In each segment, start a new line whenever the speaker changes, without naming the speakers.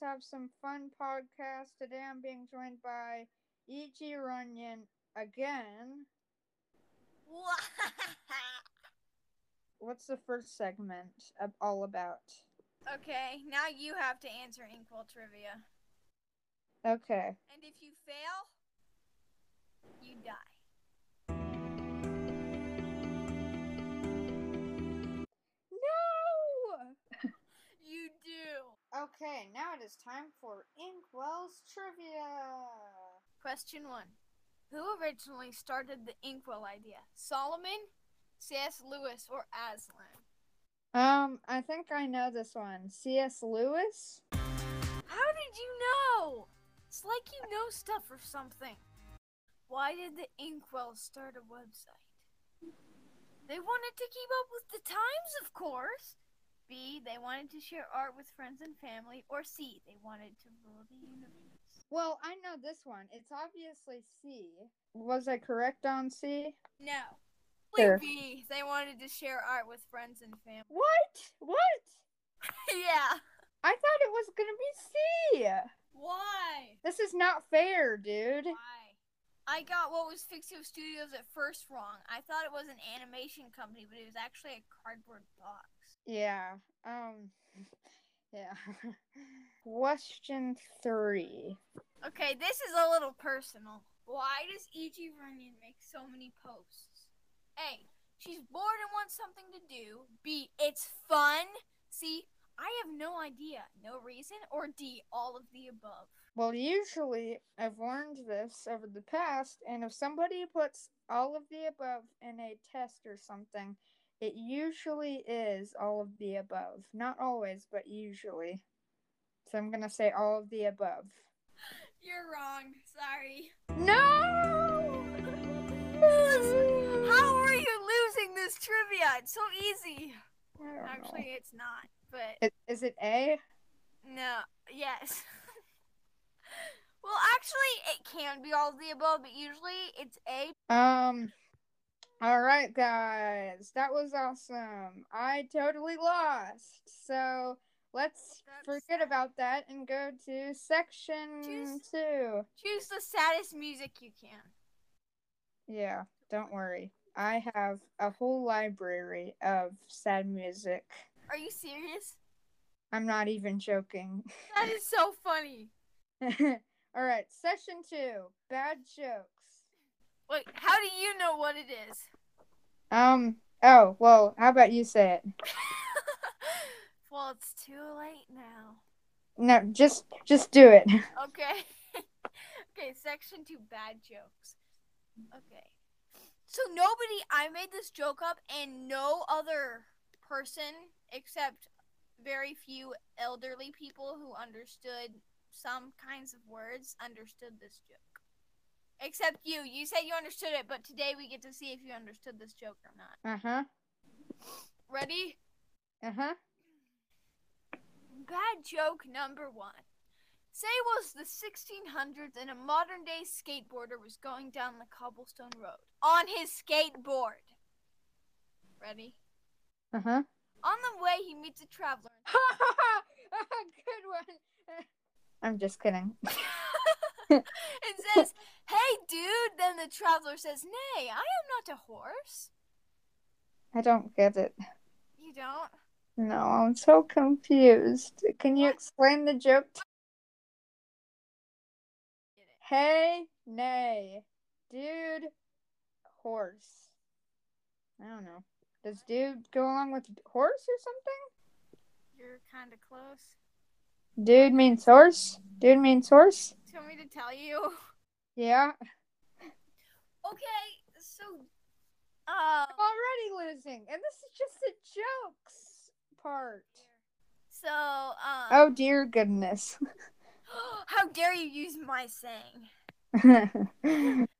have some fun podcasts. Today I'm being joined by E.G. Runyon again. What's the first segment of all about?
okay, now you have to answer Inkwell trivia.
Okay.
And if you fail, you die.
No!
You do.
Okay, now it is time for Inkwell's trivia.
Question one Who originally started the inkwell idea? Solomon, C.S. Lewis, or Aslan?
Um, I think I know this one. C.S. Lewis?
How did you know? It's like you know stuff or something. Why did the Inkwell start a website? They wanted to keep up with the times, of course. B. They wanted to share art with friends and family. Or C. They wanted to rule the universe.
Well, I know this one. It's obviously C. Was I correct on C?
No.
Sure.
B. They wanted to share art with friends and family.
What? What?
yeah.
I thought it was gonna be C.
Why?
This is not fair, dude.
Why? I got what was Fixio Studios at first wrong. I thought it was an animation company, but it was actually a cardboard box.
Yeah. Um. Yeah. Question three.
Okay, this is a little personal. Why does E.G. Runyon make so many posts? A. She's bored and wants something to do. B. It's fun. C. I have no idea, no reason. Or D. All of the above.
Well, usually I've learned this over the past, and if somebody puts all of the above in a test or something, it usually is all of the above. Not always, but usually. So I'm gonna say all of the above.
You're wrong. Sorry.
No!
How are you losing this trivia? It's so easy.
Actually,
Actually, it's not, but
is, is it A?
no, yes. well, actually, it can be all of the above, but usually it's A.
Um. All right, guys, that was awesome. I totally lost. So let's
That's
forget
sad.
about that and go to section
Choose-
two.
Choose the saddest music you can.
Yeah, don't worry. I have a whole library of sad music.
Are you serious?
I'm not even joking.
That is so funny.
all right, session two bad jokes.
Wait, how do you know what it is?
Um, oh, well, how about you say it?
well, it's too late now.
No, just just do it.
Okay. okay, section two bad jokes. Okay. So nobody I made this joke up and no other person except very few elderly people who understood some kinds of words understood this joke. Except you. You said you understood it, but today we get to see if you understood this joke or not.
Uh-huh.
Ready?
Uh-huh.
Bad joke number one. Say was the 1600s and a modern day skateboarder was going down the cobblestone road on his skateboard. Ready?
Uh-huh.
On the way, he meets a traveler.
Good one. I'm just kidding.
and says, Hey, dude! Then the traveler says, Nay, I am not a horse.
I don't get it.
You don't?
No, I'm so confused. Can you
What?
explain the joke? to-
Get it.
Hey, nay, dude, horse. I don't know. Does dude go along with horse or something?
You're kind of close.
Dude means horse. Dude means horse.
Do you want me to tell you?
Yeah.
Okay, so. Um,
I'm already losing, and this is just the jokes part.
so, um.
Oh dear goodness.
How dare you use my saying?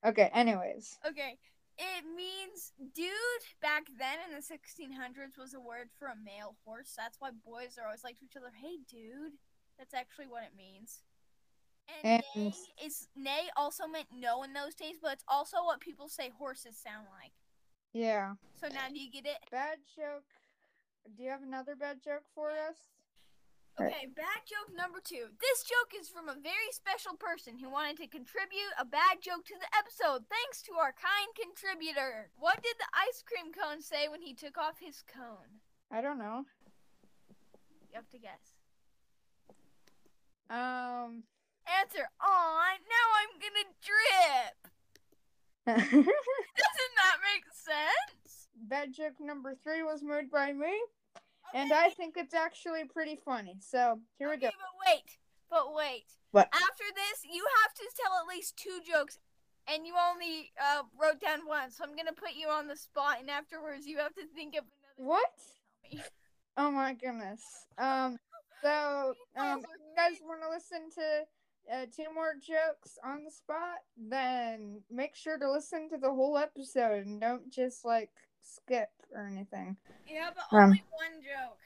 okay. Anyways.
Okay. It means dude back then in the 1600s was a word for a male horse. That's why boys are always like to each other, hey, dude. That's actually what it means. And,
And-
nay is nay also meant no in those days, but it's also what people say horses sound like.
Yeah.
So now do you get it?
Bad joke. Do you have another bad joke for us?
Okay, bad joke number two. This joke is from a very special person who wanted to contribute a bad joke to the episode. Thanks to our kind contributor. What did the ice cream cone say when he took off his cone?
I don't know.
You have to guess.
Um.
Answer on. Now I'm gonna drip. Doesn't that make sense?
Bad joke number three was made by me, and I think it's actually pretty funny. So here we go.
Okay, But wait, but wait.
What?
After this, you have to tell at least two jokes, and you only uh, wrote down one. So I'm gonna put you on the spot, and afterwards you have to think of another.
What? Oh my goodness. Um.
Oh,
So, um, if you guys want to listen to uh, two more jokes on the spot, then make sure to listen to the whole episode and don't just like skip or anything.
Yeah, but
Um.
only one joke.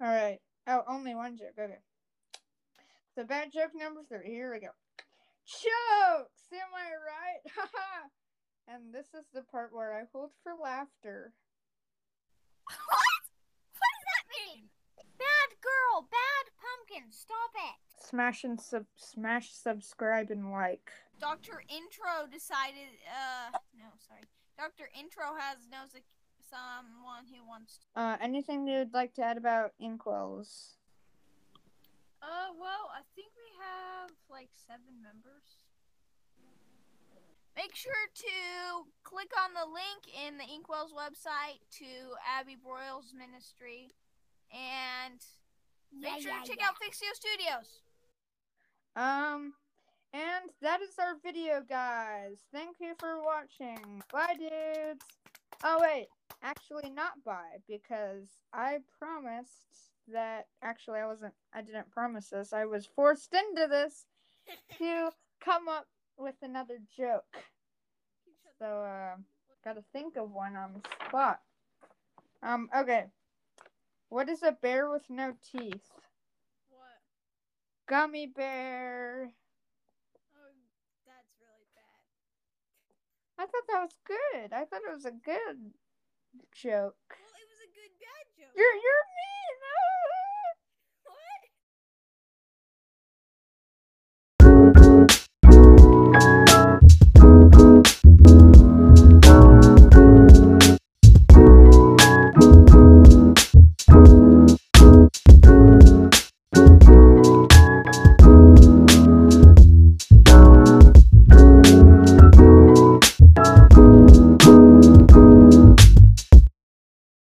All right. Oh, only one joke. Okay. So bad joke number three. Here we go. Jokes. Am I right? Haha. and this is the part where I hold for laughter.
What? What does that mean? Bad girl, bad pumpkin. Stop it.
Smash and sub, smash, subscribe and like.
Doctor Intro decided. Uh, no, sorry. Doctor Intro has knows a, someone who wants to.
Uh, anything you'd like to add about Inkwells?
Uh, well, I think we have like seven members. Make sure to click on the link in the Inkwell's website to Abby Broyles Ministry, and make sure to check out Fixio Studios.
Um, and that is our video, guys. Thank you for watching. Bye, dudes. Oh, wait. Actually, not bye, because I promised that. Actually, I wasn't. I didn't promise this. I was forced into this to come up with another joke. So, uh, gotta think of one on the spot. Um, okay. What is a bear with no teeth?
What?
Gummy bear.
Oh, that's really bad.
I thought that was good. I thought it was a good joke.
Well, it was a good bad joke.
You're you're